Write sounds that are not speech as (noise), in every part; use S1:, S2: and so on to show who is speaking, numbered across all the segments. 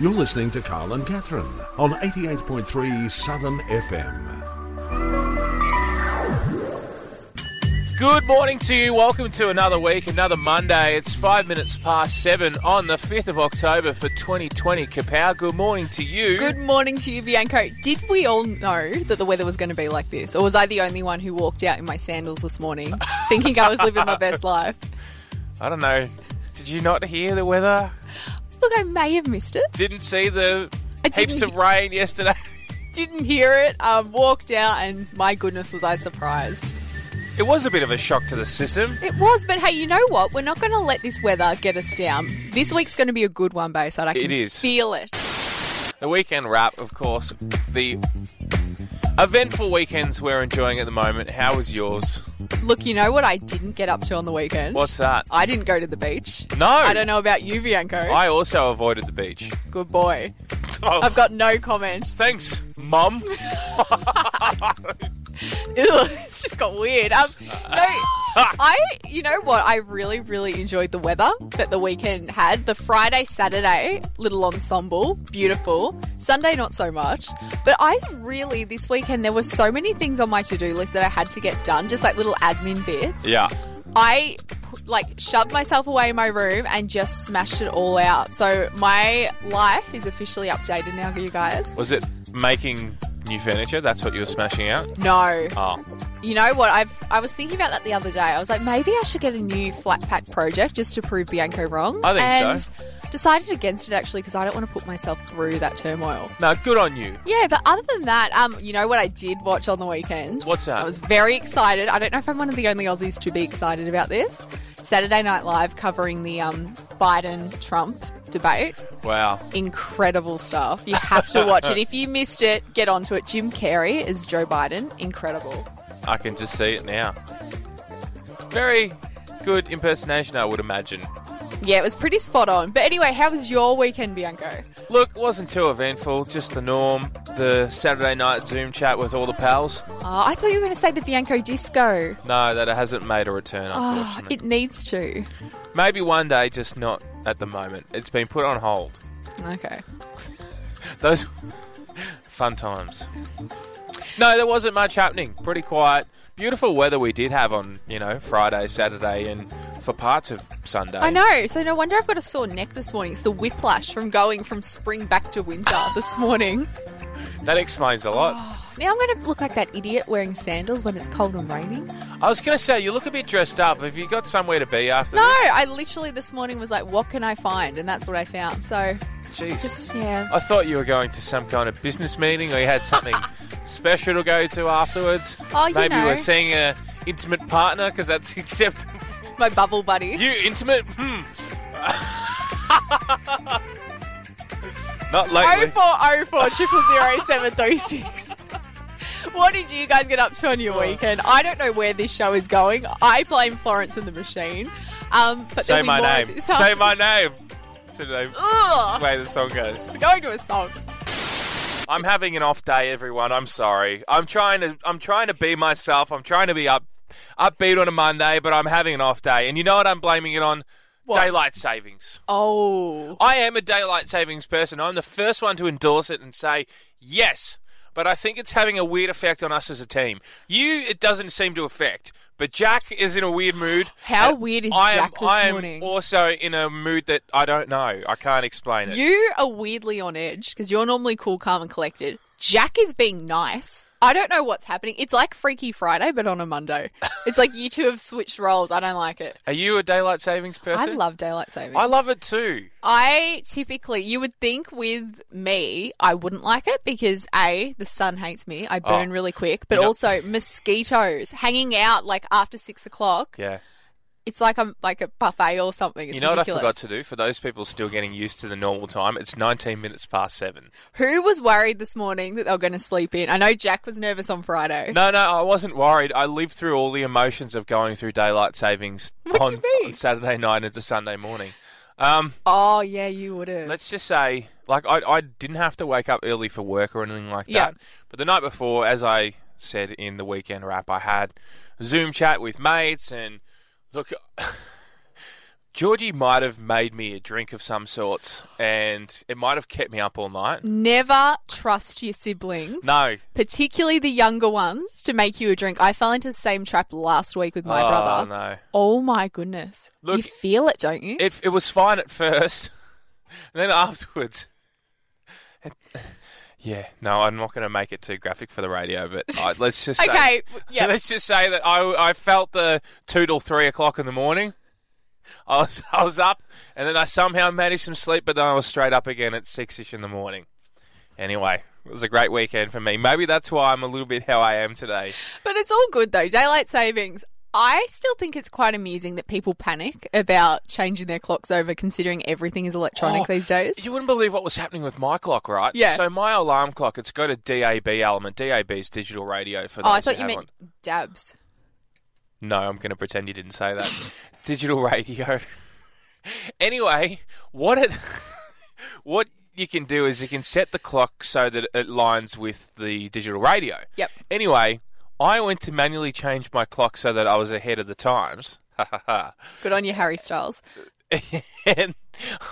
S1: You're listening to Carl and Catherine on 88.3 Southern FM.
S2: Good morning to you. Welcome to another week, another Monday. It's five minutes past seven on the 5th of October for 2020. Kapow, good morning to you.
S3: Good morning to you, Bianco. Did we all know that the weather was going to be like this? Or was I the only one who walked out in my sandals this
S2: (laughs)
S3: morning thinking I was living my best life?
S2: I don't know. Did you not hear the weather?
S3: Look, I may have missed it.
S2: Didn't see the
S3: I
S2: heaps
S3: didn't-
S2: of rain yesterday. (laughs)
S3: Didn't hear it. Um, walked out, and my goodness, was I surprised.
S2: It was a bit of a shock to the system.
S3: It was, but hey, you know what? We're not going to let this weather get us down. This week's going to be a good one, Bayside. I can
S2: It is.
S3: feel it.
S2: The weekend wrap, of course, the eventful weekends we're enjoying at the moment. How was yours?
S3: Look, you know what I didn't get up to on the weekend?
S2: What's that?
S3: I didn't go to the beach.
S2: No.
S3: I don't know about you, Bianco.
S2: I also avoided the beach. (laughs)
S3: Good boy.
S2: Oh,
S3: I've got no comment.
S2: thanks, Mum.
S3: Ew, (laughs) it's just got weird. Um, no, I, you know what? I really, really enjoyed the weather that the weekend had. The Friday, Saturday, little ensemble, beautiful. Sunday, not so much. But I really, this weekend, there were so many things on my to do list that I had to get done, just like little admin bits.
S2: Yeah.
S3: I pu- like shoved myself away in my room and just smashed it all out. So my life is officially updated now, you guys.
S2: Was it making new furniture? That's what you were smashing out?
S3: No.
S2: Oh.
S3: You know what? I've I was thinking about that the other day. I was like, maybe I should get a new flat pack project just to prove Bianco wrong.
S2: I think
S3: and
S2: so.
S3: Decided against it actually because I don't want to put myself through that turmoil.
S2: No, good on you.
S3: Yeah, but other than that, um, you know what I did watch on the weekend?
S2: What's that?
S3: I was very excited. I don't know if I'm one of the only Aussies to be excited about this. Saturday Night Live covering the um, Biden Trump debate.
S2: Wow.
S3: Incredible stuff. You have to
S2: (laughs)
S3: watch it. If you missed it, get onto it. Jim Carrey is Joe Biden. Incredible.
S2: I can just see it now. Very good impersonation, I would imagine.
S3: Yeah, it was pretty spot on. But anyway, how was your weekend, Bianco?
S2: Look, it wasn't too eventful, just the norm. The Saturday night Zoom chat with all the pals.
S3: Oh, I thought you were going to say the Bianco Disco.
S2: No, that it hasn't made a return,
S3: Oh,
S2: unfortunately.
S3: it needs to.
S2: Maybe one day, just not at the moment. It's been put on hold.
S3: Okay.
S2: Those (laughs) fun times. No, there wasn't much happening. Pretty quiet. Beautiful weather we did have on, you know, Friday, Saturday, and for parts of Sunday.
S3: I know. So no wonder I've got a sore neck this morning. It's the whiplash from going from spring back to (laughs) winter this morning.
S2: That explains a lot.
S3: Now I'm going to look like that idiot wearing sandals when it's cold and raining.
S2: I was going to say, you look a bit dressed up. Have you got somewhere to be after
S3: No, I literally this morning was like, what can I find? And that's what I found. So
S2: this? Jeez.
S3: just, yeah.
S2: I thought you were going to some kind of business meeting or you had
S3: (laughs)
S2: something special to go to afterwards.
S3: Oh, you
S2: Maybe
S3: know.
S2: we're seeing a intimate partner because that's (laughs) acceptable.
S3: My bubble buddy.
S2: You intimate? Hmm. (laughs) Not lately.
S3: 0404 736. What did you guys get up to on your weekend? I don't know where this show is going. I blame Florence and the Machine. Um, but
S2: Say
S3: there'll be
S2: my
S3: more of
S2: name.
S3: this
S2: Say
S3: after-
S2: my name. It's the name-
S3: Ugh,
S2: way the song goes.
S3: we're going to a song.
S2: I'm having an off day, everyone. I'm sorry. I'm trying to. I'm trying to be myself. I'm trying to be up, upbeat on a Monday, but I'm having an off day. And you know what? I'm blaming it on
S3: What?
S2: daylight savings.
S3: Oh.
S2: I am a daylight savings person. I'm the first one to endorse it and say yes. But I think it's having a weird effect on us as a team. You, it doesn't seem to affect. But Jack is in a weird mood.
S3: How
S2: And
S3: weird is
S2: I am,
S3: Jack this
S2: I am
S3: morning?
S2: also in a mood that I don't know. I can't explain it.
S3: You are weirdly on edge because you're normally cool, calm, and collected. Jack is being nice. I don't know what's happening. It's like Freaky Friday, but on a Monday. It's like you two have switched roles. I don't like it.
S2: Are you a daylight savings
S3: I
S2: person?
S3: love daylight saving.
S2: I love it too.
S3: I typically, you would think with me, I wouldn't like it because A, the sun hates me. I burn
S2: Oh.
S3: really quick, but
S2: You know-
S3: also mosquitoes hanging out like after six o'clock.
S2: Yeah.
S3: It's like I'm like a buffet or something. It's
S2: you know
S3: ridiculous.
S2: what I forgot to do for those people still getting used to the normal time? It's 19 minutes past seven.
S3: Who was worried this morning that they were going to sleep in? I know Jack was nervous on Friday.
S2: (laughs) No, no, I wasn't worried. I lived through all the emotions of going through daylight savings
S3: What do
S2: on,
S3: you mean?
S2: on Saturday night into Sunday morning. Um,
S3: Oh yeah, you would have.
S2: let's just say, like, I, I didn't have to wake up early for work or anything like
S3: Yeah.
S2: that. But the night before, as I said in the weekend wrap, I had Zoom chat with mates and look. (laughs) Georgie might have made me a drink of some sorts, and it might have kept me up all night.
S3: Never trust your siblings.
S2: No,
S3: Particularly the younger ones to make you a drink. I fell into the same trap last week with my
S2: Oh,
S3: brother.
S2: no.
S3: Oh my goodness.
S2: Look-
S3: you feel it, don't you?
S2: it it was fine at first, (laughs) and then afterwards. (laughs) it- yeah, no, I'm not going to make it too graphic for the radio, but
S3: (laughs)
S2: I, let's just say,
S3: okay. w- Yeah.
S2: let's just say that I I felt the two till three o'clock in the morning. I was (laughs) I was up, and then I somehow managed some sleep, but then I was straight up again at six ish in the morning. Anyway, it was a great weekend for me. Maybe that's why I'm a little bit how I am today.
S3: But it's all good though. Daylight savings. I still think it's quite amusing that people panic about changing their clocks over considering everything is electronic
S2: Oh,
S3: these days.
S2: You wouldn't believe what was happening with my clock, right?
S3: Yeah.
S2: So my alarm clock, it's got a DAB element. DAB is digital radio for those
S3: oh, I
S2: who
S3: thought you
S2: haven't.
S3: meant dabs.
S2: No, I'm going to pretend you didn't say that. (laughs) Digital radio. (laughs) anyway, what it (laughs) what you can do is you can set the clock so that it lines with the digital radio.
S3: Yep.
S2: Anyway, I went to manually change my clock so that I was ahead of the times. (laughs) Ha ha ha.
S3: Good on you, Harry Styles.
S2: And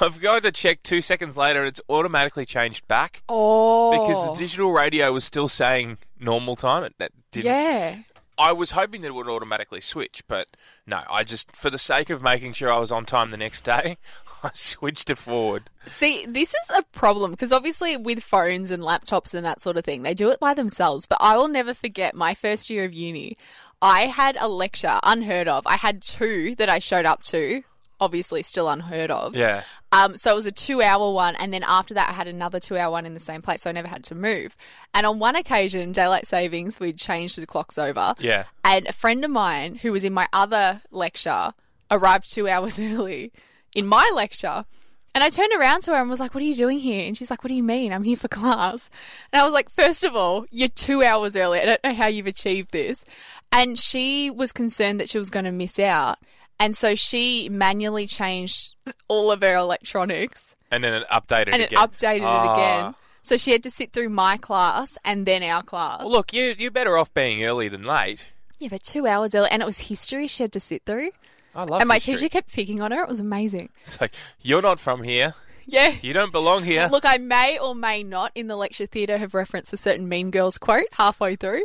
S2: I've gone to check two seconds later and it's automatically changed back
S3: Oh.
S2: because the digital radio was still saying normal time. It that didn't
S3: Yeah.
S2: I was hoping that it would automatically switch, but no, I just, for the sake of making sure I was on time the next day, (laughs) I switched it forward.
S3: See, this is a problem because obviously with phones and laptops and that sort of thing, they do it by themselves. But I will never forget my first year of uni. I had a lecture unheard of. I had two that I showed up to, obviously still unheard of.
S2: Yeah.
S3: Um, so it was a two hour one, and then after that, I had another two hour one in the same place, so I never had to move. And on one occasion, daylight savings, we'd changed the clocks over.
S2: Yeah.
S3: And a friend of mine who was in my other lecture arrived two hours (laughs) early in my lecture. And I turned around to her and was like, What are you doing here? And she's like, What do you mean? I'm here for class. And I was like, First of all, you're two hours early. I don't know how you've achieved this. And she was concerned that she was going to miss out. And so she manually changed all of her electronics
S2: And then it updated
S3: and it
S2: again.
S3: updated it
S2: Ah.
S3: again. So she had to sit through my class and then our class.
S2: Well, look, you, you're better off being early than late.
S3: Yeah, but two hours early, and it was history she had to sit through.
S2: I love
S3: and my
S2: history.
S3: teacher kept picking on her. It was amazing.
S2: It's like, you're not from here.
S3: Yeah.
S2: You don't belong here.
S3: Look, I may or may not in the lecture theatre have referenced a certain Mean Girls quote halfway through.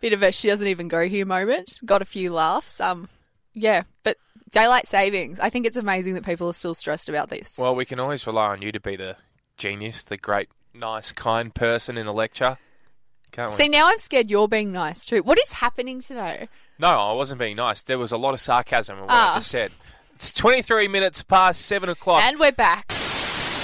S3: Bit of a she doesn't even go here moment. Got a few laughs. Um, yeah, but daylight savings. I think it's amazing that people are still stressed about this.
S2: Well, we can always rely on you to be the genius, the great, nice, kind person in a lecture. Can't we?
S3: See, now I'm scared you're being nice too. What is happening today?
S2: No, I wasn't being nice. There was a lot of sarcasm in what I
S3: Ah.
S2: just said. It's 23 minutes past 7 o'clock.
S3: And we're back.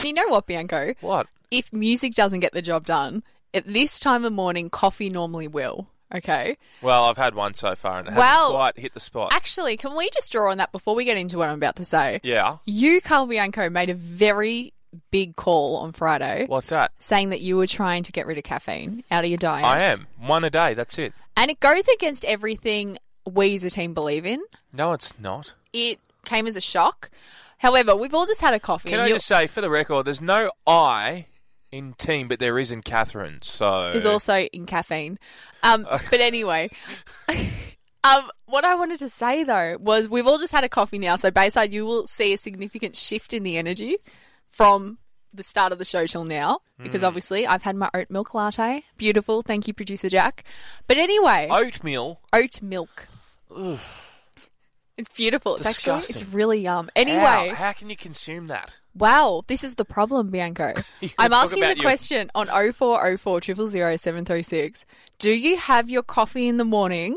S3: You know what, Bianco?
S2: what?
S3: if music doesn't get the job done, at this time of morning, coffee normally will. Okay.
S2: Well, I've had one so far, and it
S3: Well-
S2: hasn't quite hit the spot.
S3: Actually, can we just draw on that before we get into what I'm about to say?
S2: yeah.
S3: You, Carl Bianco, made a very big call on Friday
S2: What's that?
S3: saying that you were trying to get rid of caffeine out of your diet.
S2: I am one a day. That's it.
S3: And it goes against everything we as a team believe in.
S2: No, it's not.
S3: It came as a shock. However, we've all just had a coffee.
S2: Can
S3: and
S2: I
S3: you-
S2: just say, for the record, there's no I in team, but there is in Catherine. So
S3: is also in caffeine. Um, but anyway, (laughs) um, what I wanted to say though was we've all just had a coffee now, so Bayside, you will see a significant shift in the energy from the start of the show till now, because obviously I've had my oat milk latte. Beautiful, thank you, producer Jack. But anyway,
S2: oatmeal.
S3: oat milk. It's beautiful. It's actually
S2: Disgusting.
S3: it's really yum.
S2: How?
S3: Anyway,
S2: How can you consume that?
S3: Wow, this is the problem, Bianco.
S2: (laughs) You
S3: I'm
S2: talk
S3: asking
S2: about
S3: the
S2: your-
S3: question on 0404 000 736. Do you have your coffee in the morning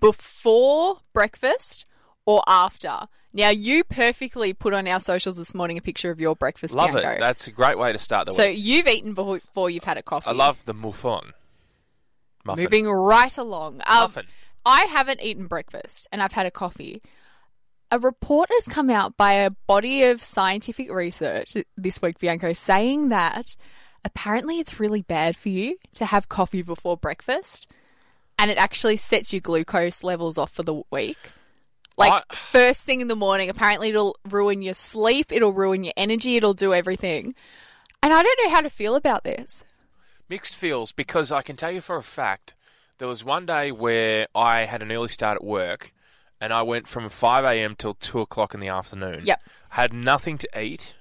S3: before breakfast or after? Now, you perfectly put on our socials this morning a picture of your breakfast,
S2: Love
S3: Bianco.
S2: it. That's a great way to start the
S3: so
S2: week.
S3: you've eaten befo- before you've had a coffee.
S2: I love the muffin. Muffin.
S3: Moving right along. Um,
S2: Muffin.
S3: I haven't eaten breakfast and I've had a coffee. A report has come out by a body of scientific research this week, Bianco, saying that apparently it's really bad for you to have coffee before breakfast and it actually sets your glucose levels off for the week. Like
S2: I-
S3: first thing in the morning, apparently it'll ruin your sleep, it'll ruin your energy, it'll do everything. And I don't know how to feel about this.
S2: Mixed feels because I can tell you for a fact there was one day where I had an early start at work and I went from 5 a.m. till 2 o'clock in the afternoon.
S3: Yep.
S2: Had nothing to eat.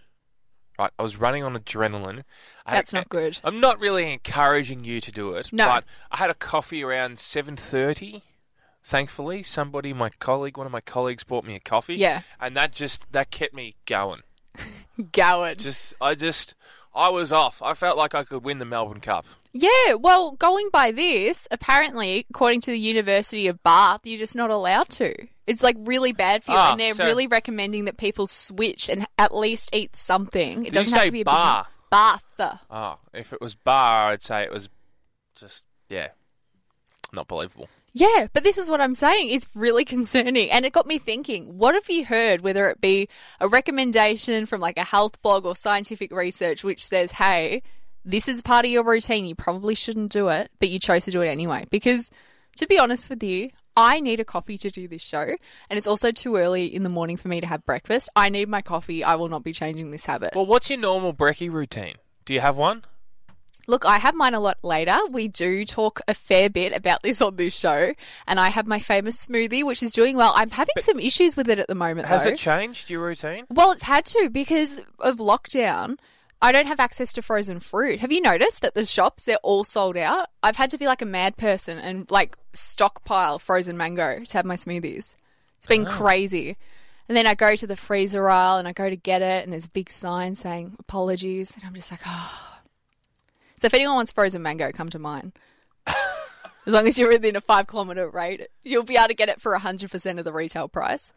S2: Right, I was running on adrenaline. I had-
S3: That's not good.
S2: I'm not really encouraging you to do it.
S3: No.
S2: But I had a coffee around 7:30. Thankfully, somebody, my colleague, one of my colleagues, bought me a coffee.
S3: Yeah.
S2: And that just that kept me going.
S3: Gowan.
S2: Just I just I was off. I felt like I could win the Melbourne Cup.
S3: Yeah, well, going by this, apparently, according to the University of Bath, you're just not allowed to. It's like really bad for you,
S2: Ah,
S3: and they're
S2: so-
S3: really recommending that people switch and at least eat something.
S2: Did
S3: It
S2: you
S3: doesn't have
S2: say
S3: to be a
S2: bar?
S3: Big, bath.
S2: Oh, if it was bar, I'd say it was just yeah, not believable.
S3: Yeah, but this is what I'm saying. It's really concerning. And it got me thinking what have you heard, whether it be a recommendation from like a health blog or scientific research, which says, hey, this is part of your routine. You probably shouldn't do it, but you chose to do it anyway. Because to be honest with you, I need a coffee to do this show. And it's also too early in the morning for me to have breakfast. I need my coffee. I will not be changing this habit.
S2: Well, what's your normal brekkie routine? Do you have one?
S3: Look, I have mine a lot later. We do talk a fair bit about this on this show, and I have my famous smoothie, which is doing well. I'm having some issues with it at the moment,
S2: Has
S3: though.
S2: it changed your routine?
S3: well, it's had to because of lockdown. I don't have access to frozen fruit. Have you noticed at the shops they're all sold out? I've had to be like a mad person and like stockpile frozen mango to have my smoothies. It's been crazy. And then I go to the freezer aisle and I go to get it, and there's a big sign saying apologies, and I'm just like, oh. So if anyone wants frozen mango, come to mine. as long as you're within a five kilometre rate, you'll be able to get it for 100% of the retail price.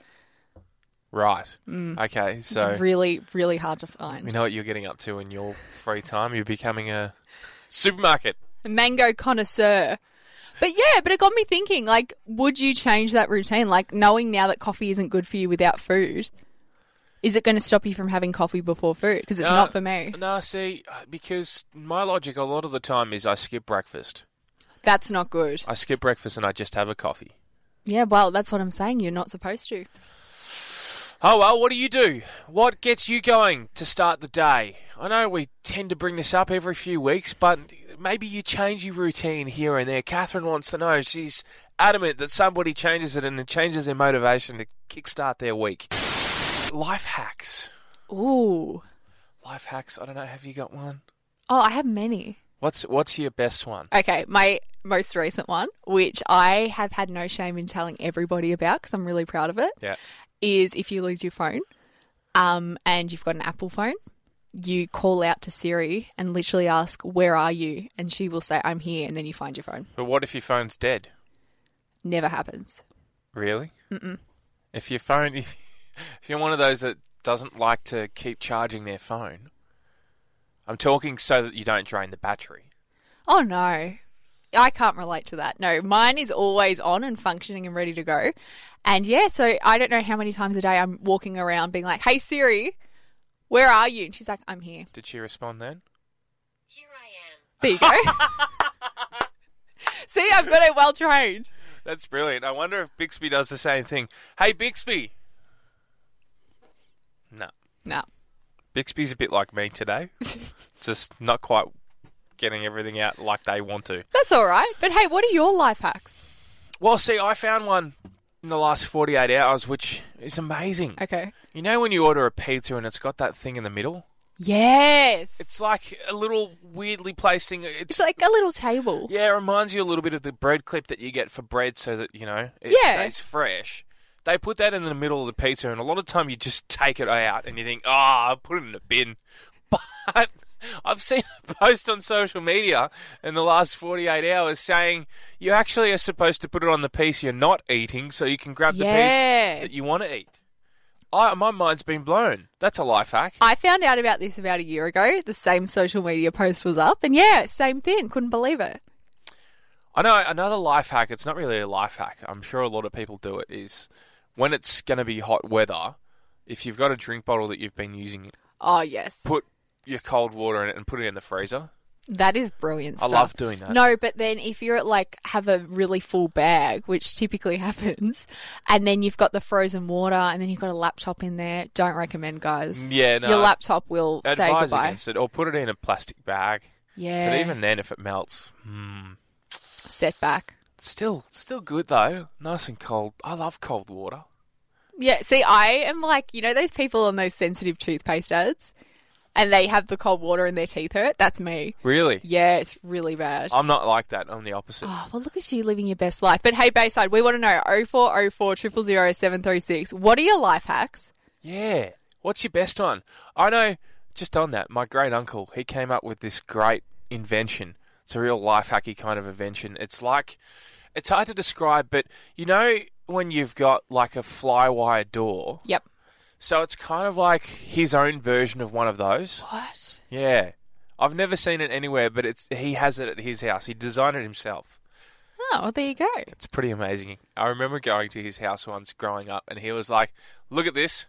S2: Right. Okay,
S3: Mm. It's
S2: so
S3: really, really hard to find.
S2: we know what you're getting up to in your free time. You're becoming a supermarket.
S3: mango connoisseur. But yeah, but it got me thinking like, would you change that routine? Like, knowing now that coffee isn't good for you without food, is it going to stop you from having coffee before food? Because it's
S2: No,
S3: not for me.
S2: Uh, No, see, because my logic a lot of the time is I skip breakfast.
S3: That's not good.
S2: I skip breakfast and I just have a coffee.
S3: Yeah, well, that's what I'm saying. You're not supposed to.
S2: Oh well, what do you do? What gets you going to start the day? I know we tend to bring this up every few weeks, but maybe you change your routine here and there. Catherine wants to know. She's adamant that somebody changes it and it changes their motivation to kickstart their week. Life hacks.
S3: Ooh.
S2: Life hacks. I don't know. Have you got one?
S3: Oh, I have many.
S2: What's What's your best one?
S3: Okay, my most recent one, which I have had no shame in telling everybody about because I'm really proud of it.
S2: Yeah.
S3: is if you lose your phone um, and you've got an Apple phone, you call out to Siri and literally ask, Where are you? And she will say, I'm here. And then you find your phone.
S2: But what if your phone's dead?
S3: Never happens.
S2: Really? Mm-mm. If your phone, (laughs) if, if you're one of those that doesn't like to keep charging their phone, I'm talking so that you don't drain the battery.
S3: Oh, no. I can't relate to that. No, mine is always on and functioning and ready to go. And yeah, so I don't know how many times a day I'm walking around being like, Hey, Siri, where are you? And she's like, I'm here.
S2: Did she respond then?
S3: There (laughs) you go. See, I've got it well trained.
S2: That's brilliant. I wonder if Bixby does the same thing. Hey, Bixby. No,
S3: No.
S2: Bixby's a bit like me today. Just not quite getting everything out like they want to.
S3: That's all right. But hey, what are your life hacks?
S2: Well, see, I found one in the last 48 hours, which is amazing.
S3: Okay.
S2: You know when you order a pizza and it's got that thing in the middle?
S3: Yes. It's,
S2: It's like a little weirdly placed thing. It's, (laughs)
S3: like a little table.
S2: yeah, it reminds you a little bit of the bread clip that you get for bread, so that you know it
S3: Yeah.
S2: stays fresh. They put that in the middle of the pizza, and a lot of time you just take it out and you think, ah, I'll put it in a bin. (laughs) But I've seen a post on social media in the last 48 hours saying you actually are supposed to put it on the piece you're not eating, so you can grab the
S3: Yeah.
S2: piece that you want to eat. I, my mind's been blown. That's a life hack.
S3: I found out about this about a year ago. The same social media post was up, and yeah, same thing. Couldn't believe it.
S2: I know another life hack. It's not really a life hack. I'm sure a lot of people do it. Is when it's going to be hot weather, if you've got a drink bottle that you've been using,
S3: Oh yes,
S2: put your cold water in it and put it in the freezer.
S3: that is brilliant.
S2: I
S3: Stuff.
S2: love doing that.
S3: No, but then if you're at like have a really full bag, which typically (laughs) happens, and then you've got the frozen water, and then you've got a laptop in there. Don't recommend, guys.
S2: Mm, Yeah, no.
S3: Your laptop will say
S2: Advise
S3: goodbye.
S2: against it, or put it in a plastic bag.
S3: Yeah,
S2: But even then, if it melts, hmm,
S3: setback.
S2: it's Still, still good though. Nice and cold. I love cold water.
S3: Yeah, see, I am like, you know, those people on those sensitive toothpaste ads and they have the cold water and their teeth hurt? That's me.
S2: Really?
S3: Yeah, it's really bad.
S2: I'm not like that. I'm the opposite.
S3: Oh, well, look at you living your best life. But hey, Bayside, we want to know 0404 000 736. What are your life hacks?
S2: Yeah. What's your best one? I know, just on that, my great uncle, he came up with this great invention. It's a real life hacky kind of invention. It's like, it's hard to describe, but you know when you've got like a flywire door?
S3: Yep.
S2: So it's kind of like his own version of one of those.
S3: What?
S2: Yeah. I've never seen it anywhere, but it's he has it at his house. He designed it himself.
S3: Oh, well, there you go.
S2: It's pretty amazing. I remember going to his house once growing up, and he was like, "Look at this.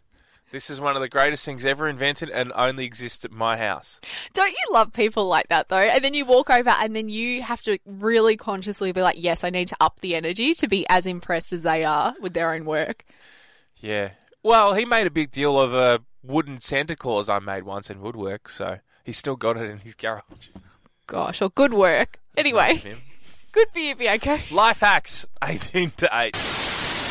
S2: This is one of the greatest things ever invented, and only exists at my house."
S3: Don't you love people like that, though? And then you walk over and then you have to really consciously be like, yes, I need to up the energy to be as impressed as they are with their own work.
S2: Yeah. Well, he made a big deal of a wooden Santa Claus I made once in woodwork, so he's still got it in his garage.
S3: Gosh, or good work. anyway,
S2: Nice of him.
S3: good for you, Bianca.
S2: Life hacks, eighteen to eight.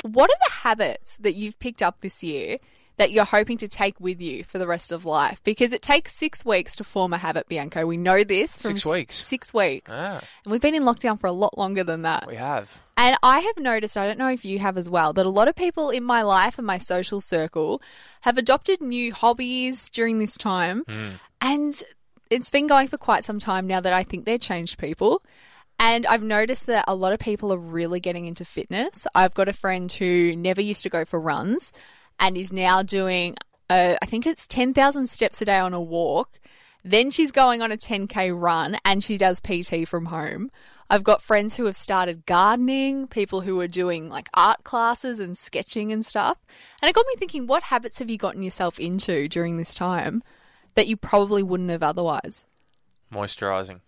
S3: What are the habits that you've picked up this year that you're hoping to take with you for the rest of life? Because it takes six weeks to form a habit, Bianco. We know this. From
S2: Six
S3: s-
S2: weeks.
S3: Six weeks.
S2: Ah,
S3: And we've been in lockdown for a lot longer than that.
S2: we have.
S3: And I have noticed, I don't know if you have as well, that a lot of people in my life and my social circle have adopted new hobbies during this time. And it's been going for quite some time now that I think they're changed people. And I've noticed that a lot of people are really getting into fitness. I've got a friend who never used to go for runs and is now doing, uh, I think it's 10,000 steps a day on a walk. Then she's going on a 10K run and she does PT from home. I've got friends who have started gardening, people who are doing like art classes and sketching and stuff. And it got me thinking, what habits have you gotten yourself into during this time that you probably wouldn't have otherwise?
S2: Moisturising.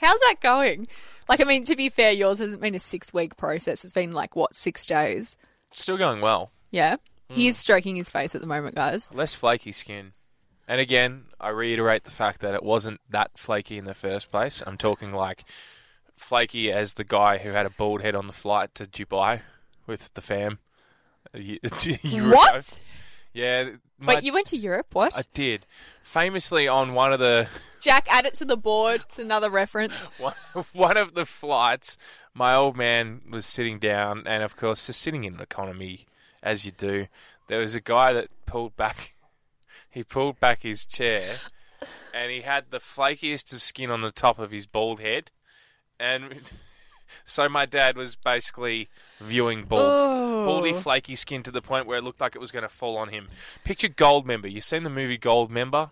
S3: How's that going? Like, I mean, to be fair, yours hasn't been a six week process. It's been like, what, six days?
S2: Still going well.
S3: Yeah.
S2: Hmm.
S3: He is stroking his face at the moment, guys.
S2: Less flaky skin. And again, I reiterate the fact that it wasn't that flaky in the first place. I'm talking like flaky as the guy who had a bald head on the flight to Dubai with the fam. (laughs) a ye- a year ago.
S3: What?
S2: Yeah. my-
S3: Wait, you went to Europe? What?
S2: I did. Famously on one of the
S3: Jack, add it to the board. It's another reference.
S2: (laughs) one, one of the flights, my old man was sitting down, and of course, just sitting in an economy as you do. There was a guy that pulled back. (laughs) He pulled back his chair, and he had the flakiest of skin on the top of his bald head, and (laughs) so my dad was basically viewing balds,
S3: Oh.
S2: baldy, flaky skin to the point where it looked like it was going to fall on him. Picture Gold Member. You seen the movie Gold Member?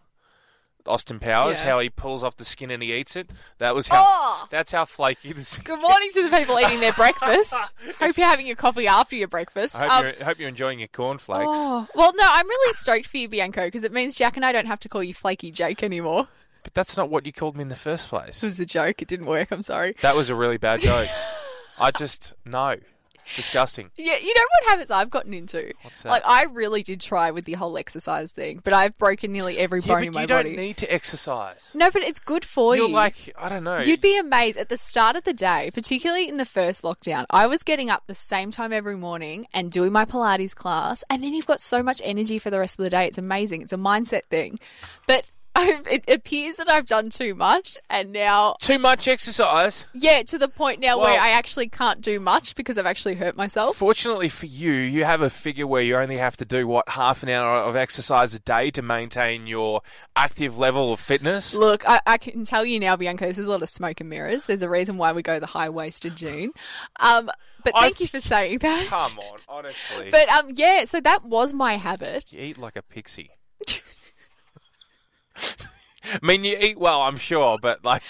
S2: Austin Powers,
S3: Yeah.
S2: how he pulls off the skin and he eats it. That was how.
S3: Oh!
S2: That's how flaky the skin.
S3: Good morning to the people eating
S2: (laughs)
S3: their breakfast. Hope you're having your coffee after your breakfast.
S2: I hope,
S3: Um,
S2: you're, I hope you're enjoying your cornflakes.
S3: oh, well, no, I'm really stoked for you, Bianco, because it means Jack and I don't have to call you Flaky Jake anymore.
S2: But that's not what you called me in the first place.
S3: It was a joke. It didn't work. I'm sorry.
S2: That was a really bad
S3: (laughs)
S2: joke. I just no, disgusting.
S3: Yeah, you know what habits I've gotten into?
S2: What's that?
S3: Like, I really did try with the whole exercise thing, but I've broken nearly every
S2: Yeah,
S3: bone
S2: but
S3: in
S2: you
S3: my
S2: don't
S3: body.
S2: need to exercise.
S3: no, but it's good for
S2: You're
S3: you.
S2: like I don't know.
S3: You'd be amazed at the start of the day, particularly in the first lockdown. I was getting up the same time every morning and doing my Pilates class, and then you've got so much energy for the rest of the day. It's amazing. It's a mindset thing. But (laughs) I've, it appears that I've done too much, and now,
S2: too much exercise.
S3: yeah, to the point now
S2: Well-
S3: where I actually can't do much because I've actually hurt myself.
S2: Fortunately for you, you have a figure where you only have to do what half an hour of exercise a day to maintain your active level of fitness.
S3: Look, I, I can tell you now, Bianca, this is a lot of smoke and mirrors. There's a reason why we go the high waisted June. Um, but
S2: I
S3: thank you
S2: th-
S3: for saying that.
S2: Come on, honestly.
S3: But um, yeah, so that was my habit.
S2: You eat like a pixie. I mean, you eat well, I'm sure, but like,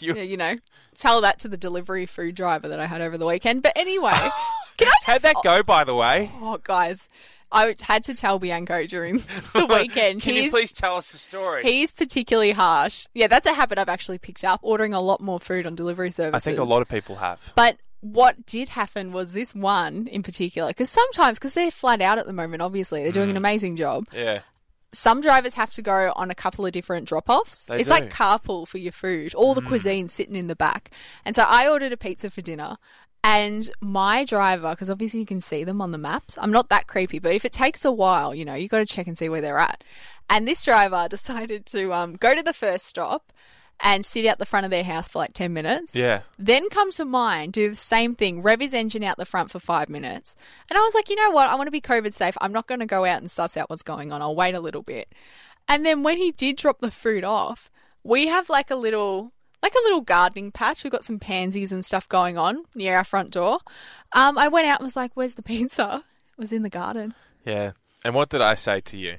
S2: you
S3: Yeah, you know, tell that to the delivery food driver that I had over the weekend. But anyway,
S2: (laughs)
S3: can I just?
S2: how'd that go, by the way?
S3: Oh, guys, I had to tell Bianco during the (laughs)
S2: (laughs)
S3: weekend.
S2: Can you
S3: he's,
S2: please tell us the story?
S3: He's particularly harsh. Yeah, that's a habit I've actually picked up, ordering a lot more food on delivery services.
S2: I think a lot of people have.
S3: But what did happen was this
S2: Mm.
S3: one in particular, because sometimes, because they're flat out at the moment, obviously, they're doing an amazing job.
S2: Yeah,
S3: some drivers have to go on a couple of different drop offs.
S2: They
S3: It's
S2: do. Mm.
S3: like carpool for your food, all the cuisine sitting in the back. And so I ordered a pizza for dinner. And my driver, because obviously you can see them on the maps, I'm not that creepy, but if it takes a while, you know, you got to check and see where they're at. And this driver (laughs) decided to um, go to the first stop and sit out the front of their house for like 10 minutes.
S2: Yeah.
S3: Then come to mine, do the same thing, rev his engine out the front for five minutes. And I was like, you know what? I want to be COVID safe. I'm not going to go out and suss out what's going on. I'll wait a little bit. And then when he did drop the food off, we have like a little. Like a little gardening patch. We've got some pansies and stuff going on near our front door. Um, I went out and was like, Where's the pizza? It was in the garden.
S2: Yeah. And what did I say to you?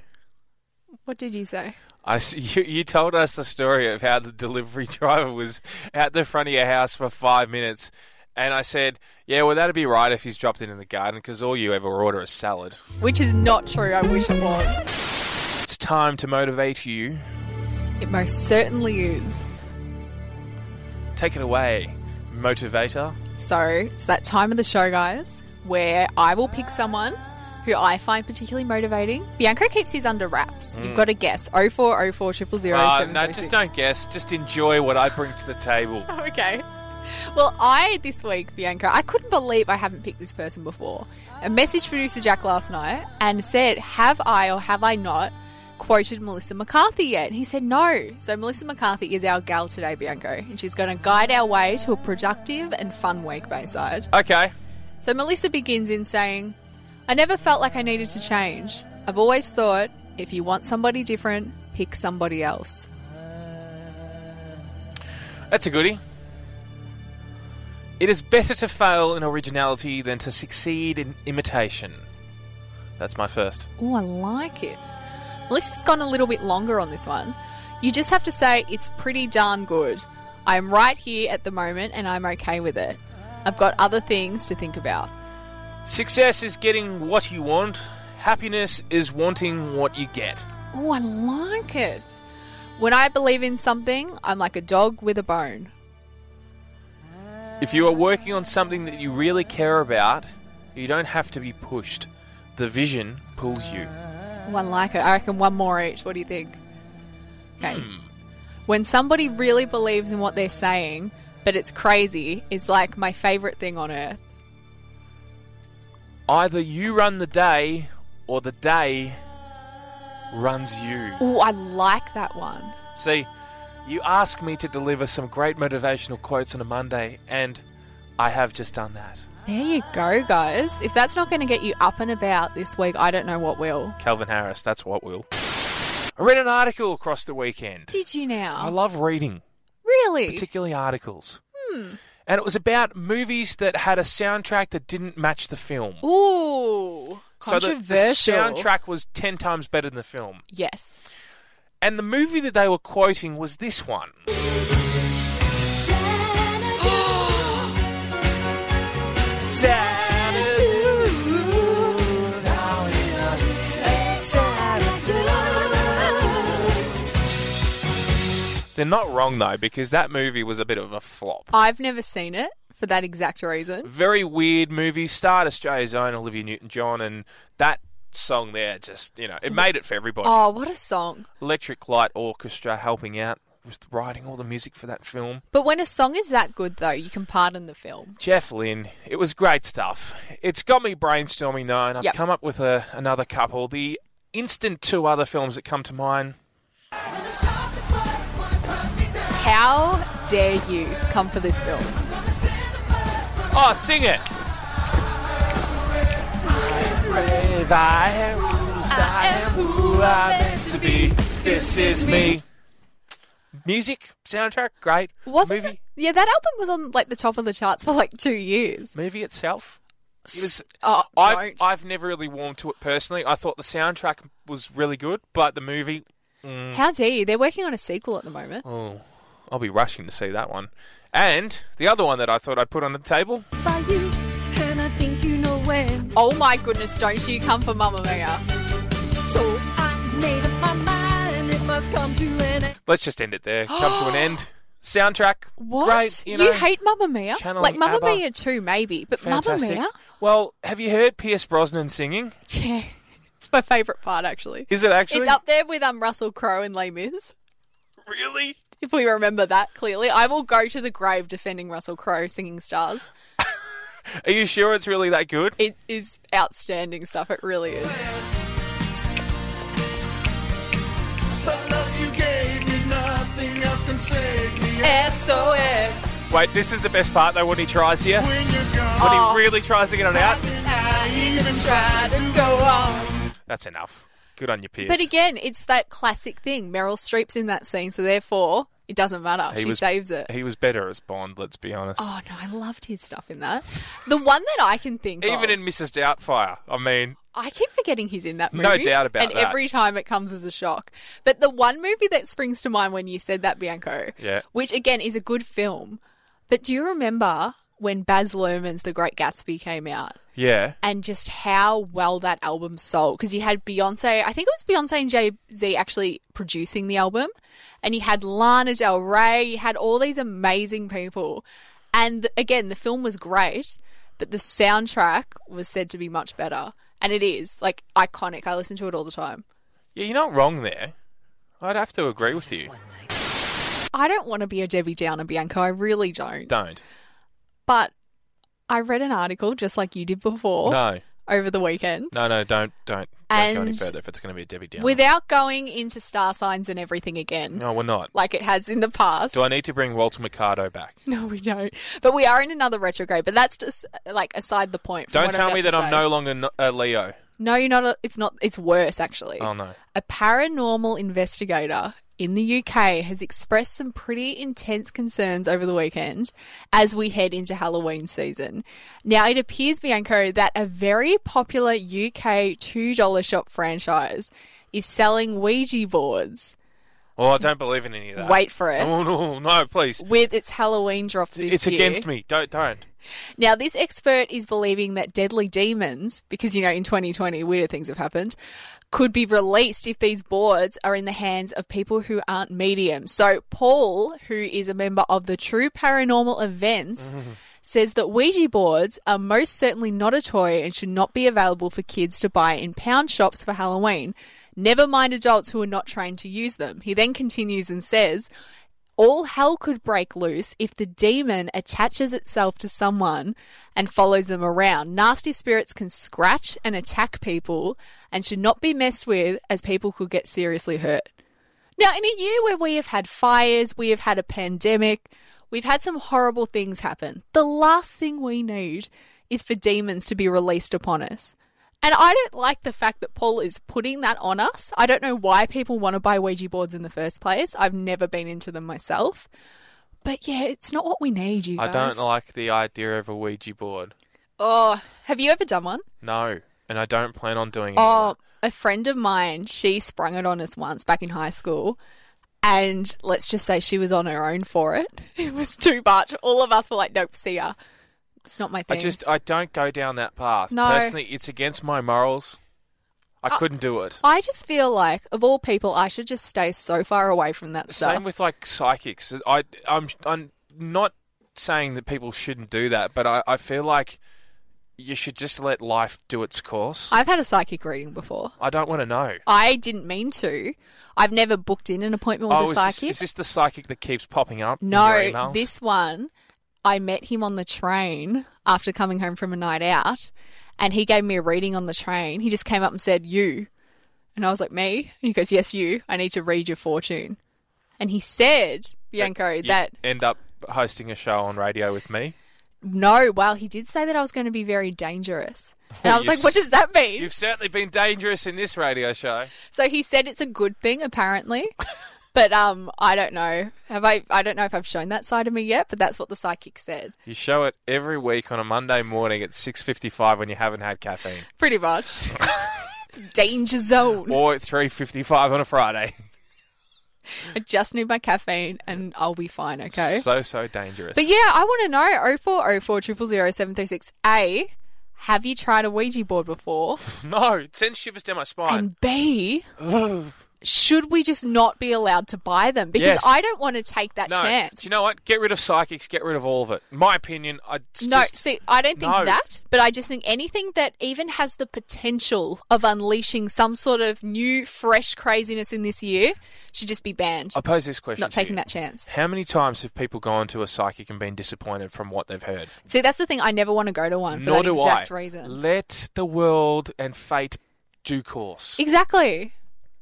S3: What did you say?
S2: I s- (laughs) you, you told us the story of how the delivery (laughs) driver was at the front of your house for five minutes, and I said, "Yeah, well, that'd be right if he's dropped it in the garden because all you ever order is salad."
S3: Which is not true. I wish it was.
S2: It's time to motivate you.
S3: It most certainly is.
S2: Take it away, motivator.
S3: So it's that time of the show, guys, where I will pick someone who I find particularly motivating. Bianco keeps his under wraps. You've got to guess. 0404
S2: Mm. Uh, no, just don't guess. Just enjoy what I bring to the table.
S3: (laughs) Okay. Well, I this week, Bianca, I couldn't believe I haven't picked this person before. I messaged producer Jack last night and said, Have I or have I not quoted Melissa McCarthy yet? And he said, No. So Melissa McCarthy is our gal today, Bianca, and she's going to guide our way to a productive and fun week, Bayside.
S2: Okay.
S3: So Melissa begins in saying, I never felt like I needed to change. I've always thought if you want somebody different, pick somebody else.
S2: That's a goodie. It is better to fail in originality than to succeed in imitation. That's my first.
S3: Oh, I like it. Melissa's gone a little bit longer on this one. You just have to say it's pretty darn good. I'm right here at the moment and I'm okay with it. I've got other things to think about.
S2: Success is getting what you want. Happiness is wanting what you get.
S3: Oh, I like it. When I believe in something, I'm like a dog with a bone.
S2: If you are working on something that you really care about, you don't have to be pushed. The vision pulls you.
S3: One like it. I reckon one more each. What do you think? Okay.
S2: Hmm.
S3: When somebody really believes in what they're saying, but it's crazy, it's like my favorite thing on earth.
S2: Either you run the day or the day runs you.
S3: Ooh, I like that one.
S2: See, you ask me to deliver some great motivational quotes on a Monday, and I have just done that.
S3: There you go, guys. If that's not going to get you up and about this week, I don't know what will.
S2: Calvin Harris, that's what will. I read an article across the weekend.
S3: Did you
S2: I
S3: now?
S2: love reading,
S3: really?
S2: particularly articles. And it was about movies that had a soundtrack that didn't match the film.
S3: Ooh,
S2: So the, the
S3: controversial.
S2: soundtrack was 10 times better than the film.
S3: Yes.
S2: And the movie that they were quoting was this one. They're not wrong though, because that movie was a bit of a flop.
S3: I've never seen it for that exact reason.
S2: Very weird movie, starred Australia's own Olivia Newton John, and that song there just, you know, it made it for everybody.
S3: Oh, what a song.
S2: Electric Light Orchestra helping out with writing all the music for that film.
S3: But when a song is that good, though, you can pardon the film.
S2: Jeff Lynne, it was great stuff. It's got me brainstorming though, and I've
S3: Yep.
S2: come up with a, another couple. The instant two other films that come to mind
S3: How dare you come for this film?
S2: Oh, sing it. Brave I am, bruised, I am who I meant to be. This is me. Music, soundtrack, great.
S3: Wasn't
S2: movie,
S3: it- yeah, that album was on like the top of the charts for like two years.
S2: movie itself. It was.
S3: Oh,
S2: I've
S3: don't.
S2: I've never really warmed to it personally. I thought the soundtrack was really good, but the movie,
S3: How dare you? They're working on a sequel at the moment.
S2: Hmm. oh, I'll be rushing to see that one. And the other one that I thought I'd put on the table,
S4: by you, and I think you know when.
S3: Oh my goodness, don't you come for Mamma Mia.
S4: So I made up my mind, it must come to an end.
S2: let's just end it there. Come to
S3: (gasps)
S2: an end. Soundtrack,
S3: What?
S2: great. You, know,
S3: hate Mamma Mia?
S2: Channel
S3: Like
S2: the
S3: Mamma
S2: ABBA.
S3: Mia (laughs) 2, maybe, but Mamma
S2: Fantastic.
S3: Mia?
S2: Well, have you heard Pierce Brosnan singing?
S3: Yeah, it's It's my favourite part, actually.
S2: Is it actually?
S3: It's up there with um Russell Crowe and Les Mis. (laughs)
S2: Really?
S3: If we remember that clearly, I will go to the grave defending Russell Crowe singing stars.
S2: Are you sure it's really that good?
S3: It is outstanding stuff. It really is. SOS.
S2: Wait, this is the best part though when he tries here. When
S3: Oh.
S2: he really tries to get it
S3: (laughs)
S2: out. That's enough. Good on your Pierce.
S3: But again, it's that classic thing. Meryl Streep's in that scene, so therefore it doesn't matter.
S2: He
S3: she
S2: was-
S3: saves it.
S2: he was better as Bond, let's be honest.
S3: Oh no, I loved his stuff in that. The one that I can think of,
S2: Even in Mrs. Doubtfire. I mean,
S3: I keep forgetting he's in that movie.
S2: No doubt about
S3: and
S2: that.
S3: every time it comes as a shock. But the one movie that springs to mind when you said that, Bianco,
S2: Yeah.
S3: which again is a good film, but do you remember when Baz Luhrmann's The Great Gatsby came out?
S2: yeah.
S3: and just how well that album sold. Because you had Beyonce, I think it was Beyonce and Jay Z actually producing the album, and you had Lana Del Rey, you had all these amazing people. And again, the film was great, but the soundtrack was said to be much better. And it is like iconic. I listen to it all the time.
S2: Yeah, you're not wrong there. I'd have to agree with you.
S3: I don't want to be a Debbie Downer, Bianca. I really don't.
S2: Don't.
S3: But I read an article just like you did before
S2: No.
S3: over the weekend.
S2: No, no, don't don't, don't go any
S3: And
S2: further if it's gonna be a Debbie Downer.
S3: Without going into star signs and everything again,
S2: no, we're not.
S3: like it has in the past.
S2: Do I need to bring Walter Mercado
S3: (laughs)
S2: back?
S3: no, we don't. But we are in another retrograde. But that's just like aside the point. from
S2: Don't
S3: what
S2: tell
S3: about
S2: me
S3: to
S2: that I'm
S3: say.
S2: no longer no- a Leo.
S3: No, you're not. A, it's not. It's worse actually.
S2: Oh no.
S3: A paranormal investigator in the UK has expressed some pretty intense concerns over the weekend as we head into Halloween season. Now, it appears, Bianco, that a very popular UK $2 shop franchise is selling Ouija boards.
S2: Oh, I don't believe in any of that.
S3: Wait for it.
S2: Oh no, no, please.
S3: With its Halloween drop this
S2: It's
S3: year.
S2: against me. Don't don't.
S3: Now, this expert is believing that deadly demons, because you know in 2020 weirder things have happened, could be released if these boards are in the hands of people who aren't mediums. So, Paul, who is a member of the True Paranormal Events, says that Ouija boards are most certainly not a toy and should not be available for kids to buy in pound shops for Halloween. Never mind adults who are not trained to use them. He then continues and says, all hell could break loose if the demon attaches itself to someone and follows them around. Nasty spirits can scratch and attack people and should not be messed with, as people could get seriously hurt. Now, in a year where we have had fires, we have had a pandemic, we've had some horrible things happen, the last thing we need is for demons to be released upon us. And I don't like the fact that Paul is putting that on us. I don't know why people want to buy Ouija boards in the first place. I've never been into them myself. But yeah, it's not what we need, you
S2: I
S3: guys.
S2: don't like the idea of a Ouija board.
S3: Oh, have you ever done one?
S2: No, and I don't plan on doing it.
S3: Oh, a friend of mine, she sprung it on us once back in high school. And let's just say she was on her own for it. (laughs) It was too much. All of us were like, nope, see ya. It's not my
S2: I
S3: thing.
S2: just I don't go down that path.
S3: No. Oh.
S2: Personally, it's against my morals. I couldn't do it.
S3: I just feel like, of all people, I should just stay so far away from that stuff.
S2: Same with like psychics. I I'm I'm not saying that people shouldn't do that, but I, I feel like you should just let life do its course. I,
S3: I've had a psychic reading before.
S2: don't want to know.
S3: I didn't mean to. I've never booked in an appointment with
S2: Oh,
S3: a
S2: is this,
S3: psychic.
S2: is this the psychic that keeps popping up? in your
S3: No,
S2: emails?
S3: this one, I met him on the train after coming home from a night out, and he gave me a reading on the train. He just came up and said, You. And I was like, Me? And he goes, Yes, you. I need to read your fortune. And he said, Bianco,
S2: You
S3: that
S2: end up hosting a show on radio with me.
S3: no, well, he did say that I was going to be
S2: (laughs)
S3: very dangerous. And I was
S2: You
S3: like, What
S2: s-
S3: does that mean?
S2: You've certainly been dangerous in this radio show.
S3: So he said it's a good thing,
S2: (laughs)
S3: apparently. But um, I don't know. Have I? I don't know if I've shown that side of me yet. But that's what the psychic said,
S2: You show it every week on a Monday morning at 6:55 when you haven't had caffeine, (laughs)
S3: pretty much. Danger zone.
S2: or at 3:55 on a Friday.
S3: I just need my caffeine, and I'll be fine. Okay.
S2: (laughs) So so dangerous.
S3: But yeah, I want to know 0404 000 736 A. Have you tried a Ouija board before?
S2: (sighs) no, it sends shivers down my spine.
S3: And B. should we just not be allowed to buy them? Because
S2: Yes.
S3: I don't want to take that
S2: No,
S3: chance.
S2: do you know what? Get rid of psychics. Get rid of all of it. In my opinion, I it's
S3: No,
S2: just,
S3: see, I don't think
S2: No.
S3: that, but I just think anything that even has the potential of unleashing some sort of new, fresh craziness in this year should just be banned.
S2: I pose this question.
S3: not
S2: to
S3: taking
S2: you.
S3: that chance.
S2: How many times have people gone to a psychic and been disappointed from what they've heard?
S3: See, that's the thing. I never want to go to one for
S2: Nor
S3: that
S2: do
S3: exact
S2: I.
S3: reason.
S2: Let the world and fate do course.
S3: Exactly.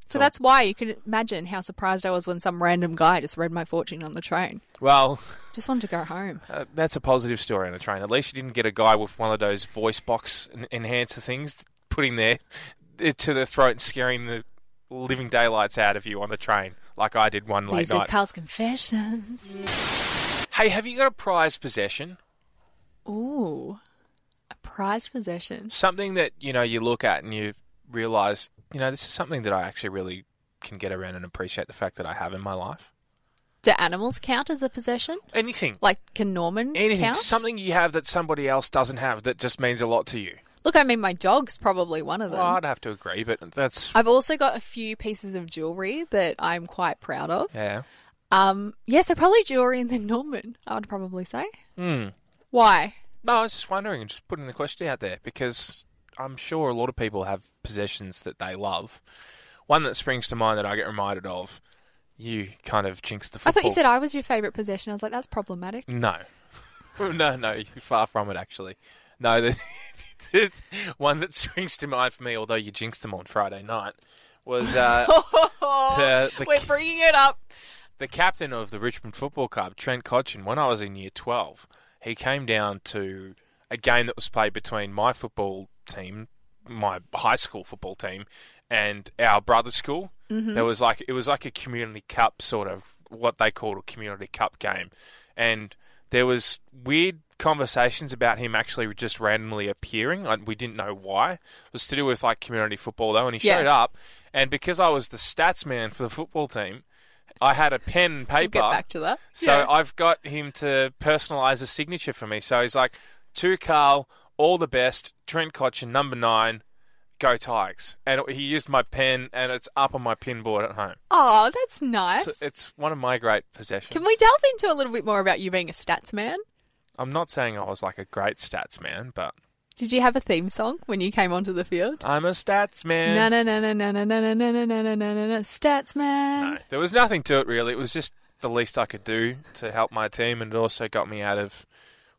S3: So
S2: So-
S3: that's why you can imagine how surprised I was when some random guy just read my fortune on the train.
S2: Well,
S3: Just wanted to go home.
S2: uh, that's a positive story on a train. At least you didn't get a guy with one of those voice box en- enhancer things putting their it to their throat and scaring the living daylights out of you on the train, like I did one late
S3: These are
S2: night.
S3: Carl's confessions.
S2: hey, have you got a prized possession?
S3: Ooh, a prized possession.
S2: Something that you know you look at and you realize, you know, this is something that I actually really can get around and appreciate the fact that I have in my life.
S3: Do animals count as a possession?
S2: Anything.
S3: Like, can Norman
S2: Anything,
S3: count?
S2: something you have that somebody else doesn't have that just means a lot to you.
S3: Look, I mean, my dog's probably one of them.
S2: Well, I'd have to agree, but that's
S3: I've also got a few pieces of jewelry that I'm quite proud of.
S2: yeah.
S3: Um, yeah, so probably jewelry and then Norman. I would probably say.
S2: Hmm.
S3: Why?
S2: No, I was just wondering, and just putting the question out there because I'm sure a lot of people have possessions that they love. One that springs to mind that I get reminded of, you kind of jinxed the football.
S3: I thought you said I was your favourite possession. I was like, that's (laughs) problematic.
S2: no, (laughs) no, no. You're far from it, actually. No, the, (laughs) the one that springs to mind for me, although you jinxed them on Friday night, was uh, the, the
S3: Oh, We're bringing it up.
S2: the captain of the Richmond Football Club, Trent Codgin, when I was in year 12, he came down to a game that was played between my football team, my high school football team, and our brother school. There was like it was like a community cup sort of what they called a community cup game, and there was weird conversations about him actually just randomly appearing. I, we didn't know why. It was to do with like community football though, and he
S3: Yeah.
S2: showed up. And because I was the stats man for the football team, I had a pen and paper.
S3: We'll get back to that.
S2: so
S3: Yeah.
S2: I've got him to personalise a signature for me. So he's like, to Carl, all the best, Trent Cotchin, number nine, go Tigers. And he used my pen, and it's up on my pin board at home.
S3: oh, that's nice.
S2: So it's one of my great possessions.
S3: Can we delve into a little bit more about you being a stats man?
S2: I'm not saying I was like a great stats man, but
S3: Did you have a theme song when you came onto the field?
S2: I'm a stats man.
S3: No, no, no, no, no, no, no, no, no, no, no, no, no, stats man.
S2: No, there was nothing to it really. It was just the least I could do to help my team, and it also got me out of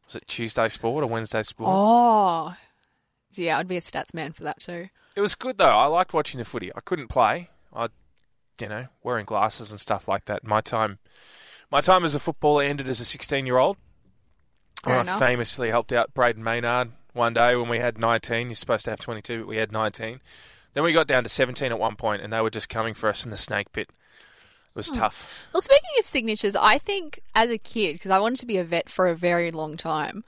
S2: was it Tuesday sport or Wednesday sport?
S3: Oh, So, yeah, I'd be a stats man for that too.
S2: It was good though. I liked watching the footy. I couldn't play. I, you know, wearing glasses and stuff like that. My time, my time as a footballer ended as a sixteen-year-old.
S3: Fair
S2: I
S3: enough.
S2: famously helped out Braden Maynard one day when we had nineteen. You're supposed to have twenty-two, but we had nineteen. Then we got down to seventeen at one point, and they were just coming for us in the snake pit. It was
S3: Hmm.
S2: tough.
S3: Well, speaking of signatures, I think as a kid, because I wanted to be a vet for a very long time,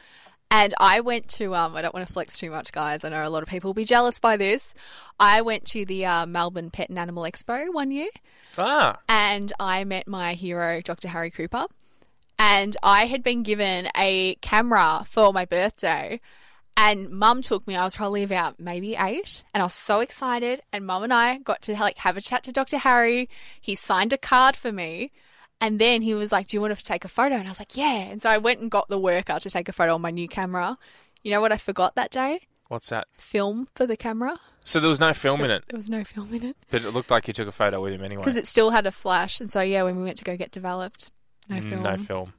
S3: and I went to, um, I don't want to flex too much, guys. I know a lot of people will be jealous by this. I went to the uh, Melbourne Pet and Animal Expo one year.
S2: Ah,
S3: and I met my hero, Dr. Harry Cooper. And I had been given a camera for my birthday, and mum took me. I was probably about maybe eight, and I was so excited. And mum and I got to like have a chat to Dr. Harry. He signed a card for me. And then he was like, Do you want to take a photo? And I was like, Yeah. And so I went and got the worker to take a photo on my new camera. You know what I forgot that day?
S2: what's that?
S3: Film for the camera.
S2: So there was no film in it,
S3: There was no film in it.
S2: but it looked like you took a photo with him anyway.
S3: Because it still had a flash, and so yeah, when we went to go get developed, Mm, no film.
S2: Mm, No film.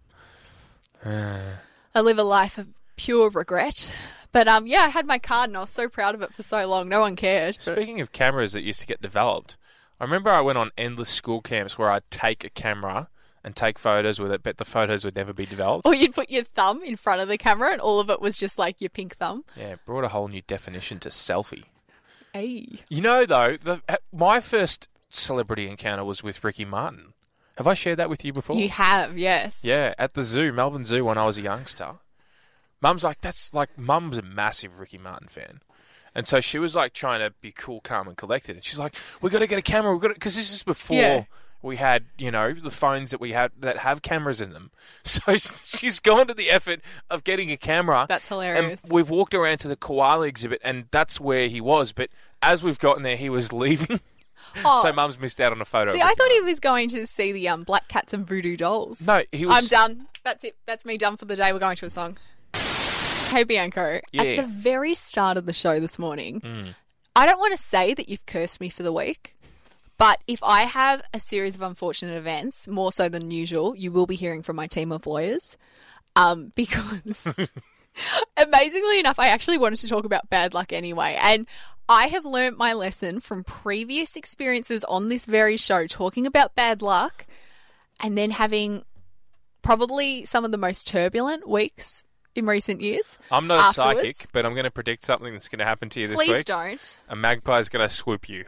S3: I live a life of pure regret. But um, yeah, I had my card, and I was so proud of it for so long. No one cared.
S2: Speaking of cameras that used to get developed, I remember I went on endless school camps where I'd take a camera and take photos with it, but the photos would never be developed.
S3: Or you'd put your thumb in front of the camera, and all of it was just like your pink thumb.
S2: Yeah, it brought a whole new definition to selfie.
S3: Hey,
S2: You know, though, the, uh, my first celebrity encounter was with Ricky Martin. Have I shared that with you before?
S3: you have yes.
S2: Yeah, at the zoo, Melbourne Zoo, when I was a youngster. Mum's like, that's like, Mum's a massive Ricky Martin fan. And so she was like trying to be cool, calm, and collected. And she's like, we got to get a camera. we got to, because this is before
S3: Yeah.
S2: we had, you know, the phones that we have that have cameras in them. (laughs) So she's gone to the effort of getting a camera.
S3: That's hilarious.
S2: And we've walked around to the koala exhibit, and that's where he was. (laughs) But as we've gotten there, he was leaving.
S3: Oh.
S2: So mum's missed out on a photo.
S3: See,
S2: of
S3: I
S2: Ricky
S3: thought he
S2: Martin.
S3: was going to see the um, Black Cats and Voodoo Dolls.
S2: No, he was.
S3: I'm done. That's it. That's me done for the day. We're going to a song. Hey Bianco, at
S2: Yeah.
S3: the very start of the show this morning, I don't want to say that you've cursed me for the week, but if I have a series of unfortunate events, more so than usual, you will be hearing from my team of lawyers. Um, (laughs) because amazingly enough, I actually wanted to talk about bad luck anyway. And I have learnt my lesson from previous experiences on this very show talking about bad luck and then having probably some of the most turbulent weeks in recent years.
S2: I'm not a
S3: afterwards.
S2: psychic, but I'm going to predict something that's going to happen to you this
S3: Please
S2: week.
S3: don't.
S2: A magpie's going to swoop you.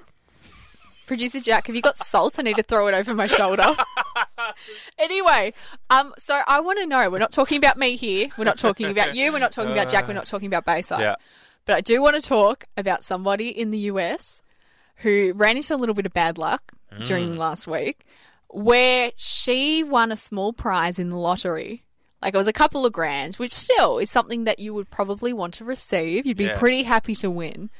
S3: Producer Jack, have you got salt? I need to throw it over
S2: (laughs)
S3: my shoulder. anyway, um, so I want to know. We're not talking about me here. We're not talking about you. We're not talking about Jack. We're not talking about Bayside.
S2: Yeah.
S3: But I do want to talk about somebody in the US who ran into a little bit of bad luck during last week where she won a small prize in the lottery. Like it was a couple of grand, which still is something that you would probably want to receive. You'd be
S2: Yeah.
S3: pretty happy to win.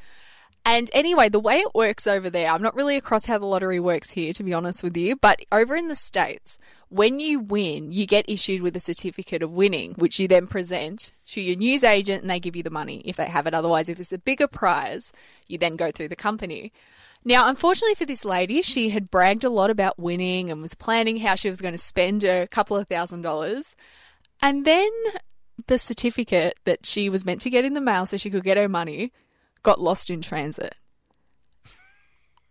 S3: And anyway, the way it works over there, I'm not really across how the lottery works here, to be honest with you, but over in the States, when you win, you get issued with a certificate of winning, which you then present to your news agent and they give you the money if they have it. Otherwise, if it's a bigger prize, you then go through the company. Now, unfortunately for this lady, she had bragged a lot about winning and was planning how she was going to spend her couple of thousand dollars. And then the certificate that she was meant to get in the mail so she could get her money got lost in transit.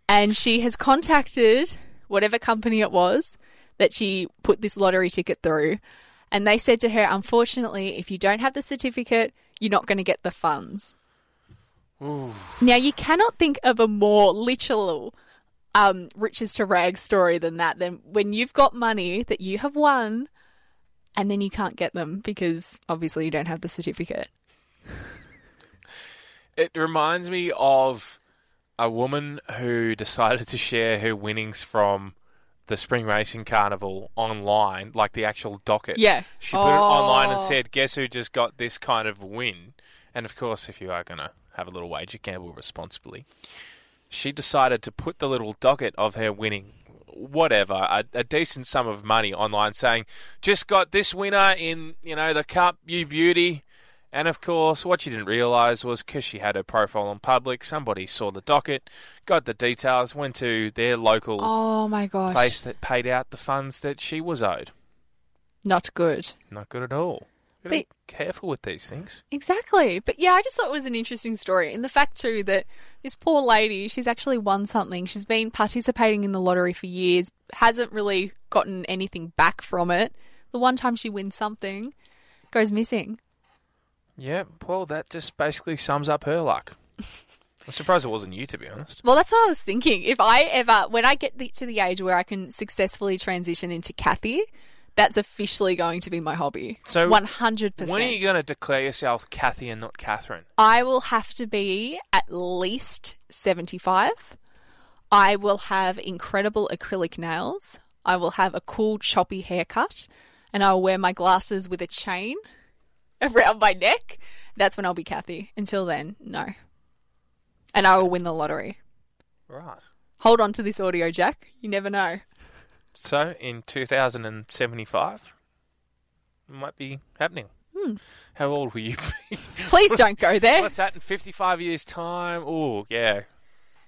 S3: And she has contacted whatever company it was that she put this lottery ticket through. And they said to her, unfortunately, if you don't have the certificate, you're not going to get the funds. Now, you cannot think of a more literal um, riches to rags story than that. Than when you've got money that you have won and then you can't get them because obviously you don't have the certificate.
S2: It reminds me of a woman who (laughs) decided to share her winnings from the spring racing carnival online, like the actual docket.
S3: Yeah.
S2: She put it online and
S3: Oh.
S2: said, "Guess who just got this kind of win?" And of course, if you are going to have a little wager, gamble responsibly. She decided to put the little docket of her winning, whatever, a, a decent sum of money online, saying, "Just got this winner in, you know, the cup, you beauty." And of course, what she didn't realise was because she had her profile on public, somebody saw the docket, got the details, went to their local
S3: Oh my gosh.
S2: place that paid out the funds that she was owed.
S3: Not good.
S2: Not good at all. Gotta be careful with these things.
S3: Exactly. But yeah, I just thought it was an interesting story. And the fact, too, that this poor lady, she's actually won something. She's been participating in the lottery for years, hasn't really gotten anything back from it. The one time she wins something, goes missing.
S2: Yeah, well, that just basically sums up her
S3: (laughs)
S2: luck. I'm surprised it wasn't you, to be honest.
S3: Well, that's what I was thinking. If I ever, when I get the, to the age where I can successfully transition into Kathy, that's officially going to be my hobby.
S2: So,
S3: 100%.
S2: When are you going to declare yourself Kathy and not Catherine?
S3: I will have to be at least 75. I will have incredible acrylic nails. I will have a cool, choppy haircut. And I'll wear my glasses with a chain (laughs) around my neck. That's when I'll be Kathy. Until then, no. And I will win the lottery.
S2: Right.
S3: Hold on to this audio, Jack. You never know.
S2: So, in 2075, it might be happening. How old will you be?
S3: Please don't go there.
S2: What's that in 55 years' time? Oh, yeah.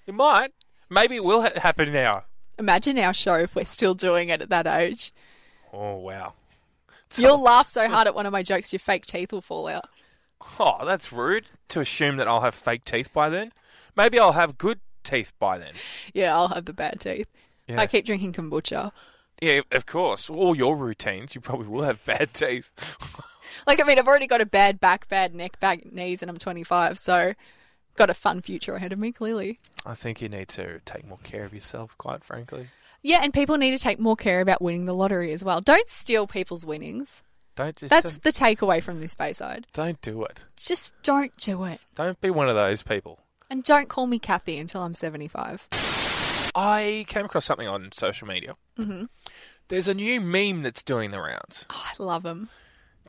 S2: It might. Maybe it will ha- happen now.
S3: Imagine our show if we're still doing it at that age.
S2: Oh, wow. (laughs)
S3: You'll laugh so hard at one of my jokes, your fake teeth will fall out.
S2: Oh, that's rude to assume that I'll have fake teeth by then. Maybe I'll have good teeth by then.
S3: Yeah, I'll have the bad teeth.
S2: Yeah.
S3: I keep drinking kombucha.
S2: Yeah, of course. All your routines, you probably will have bad (laughs) teeth.
S3: Like, I mean, I've already got a bad back, bad neck, bad knees, and I'm 25, so got a fun future ahead of me, clearly.
S2: I think you need to take more care of yourself, quite frankly.
S3: Yeah, and people need to take more care about winning the lottery as well. Don't steal people's winnings.
S2: Don't just
S3: That's
S2: don't,
S3: the takeaway from this Bayside.
S2: don't do it.
S3: Just don't do it.
S2: Don't be one of those people.
S3: And don't call me Kathy until I'm (sighs) 75.
S2: I came across something on social media. Mm-hmm. There's a new meme that's doing the rounds,
S3: Oh, I love them.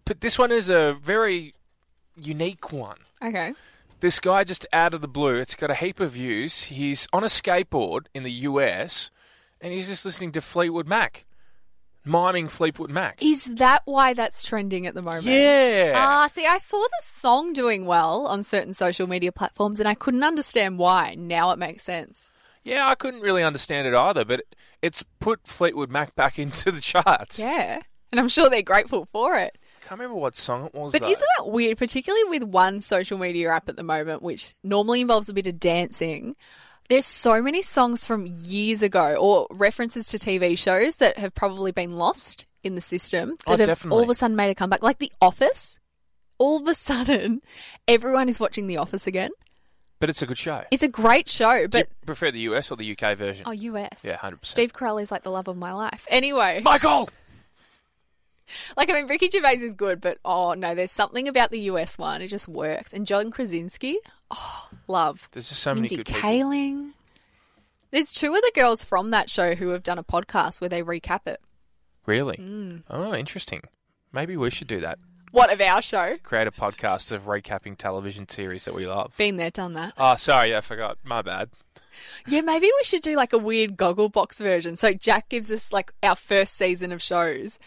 S2: but this one is a very unique one.
S3: Okay.
S2: This guy just out of the blue, it's got a heap of views. He's on a skateboard in the US and he's just listening to Fleetwood Mac, miming Fleetwood Mac.
S3: Is that why that's trending at the moment?
S2: Yeah.
S3: Ah, see, I saw the song doing well on certain social media platforms and I couldn't understand why. Now it makes sense.
S2: Yeah, I couldn't really understand it either, but it, it's put Fleetwood Mac back (laughs) into the charts.
S3: Yeah. And I'm sure they're grateful for it.
S2: Can't remember what song it was.
S3: But
S2: though.
S3: isn't it weird, particularly with one social media app at the moment, which normally involves a bit of dancing? There's so many songs from years ago or references to TV shows that have probably been lost in the system
S2: Oh,
S3: that have
S2: definitely.
S3: all of a sudden made a comeback. Like The Office, all of a sudden, (laughs) everyone is watching The Office again.
S2: But it's a good show.
S3: It's a great show,
S2: Do you
S3: but
S2: prefer the US or the UK version?
S3: oh, US.
S2: Yeah, 100%.
S3: Steve Carell is like the love of my life. Anyway,
S2: Michael!
S3: like I mean, Ricky Gervais is good, but oh no, there's something about the US one. It just works. And John Krasinski, oh, love.
S2: There's just so many
S3: Mindy
S2: good people.
S3: Kaling. There's two of the girls from that show who have done a podcast where they recap it.
S2: Really?
S3: Mm.
S2: Oh, interesting. Maybe we should do that.
S3: What of our show?
S2: Create a podcast of recapping television series that we love.
S3: Been there, done that.
S2: Oh, sorry, I forgot. My bad.
S3: Yeah, maybe we should do like a weird goggle box version. So Jack gives us like our first season of shows,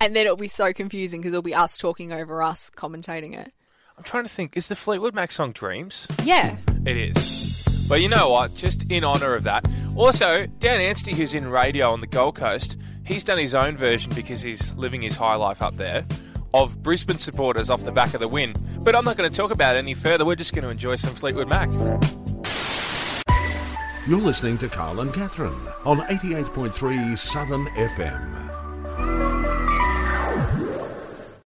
S3: and then it'll be so confusing because it'll be us talking over us commentating it.
S2: I'm trying to think. Is the Fleetwood Mac song Dreams?
S3: Yeah.
S2: It is. But you know what? Just in honour of that. Also, Dan Anstey, who's in radio on the Gold Coast, he's done his own version because he's living his high life up there of Brisbane supporters off the back of the win. But I'm not going to talk about it any further. We're just going to enjoy some Fleetwood Mac.
S1: You're listening to Carl and Catherine on 88.3 Southern FM.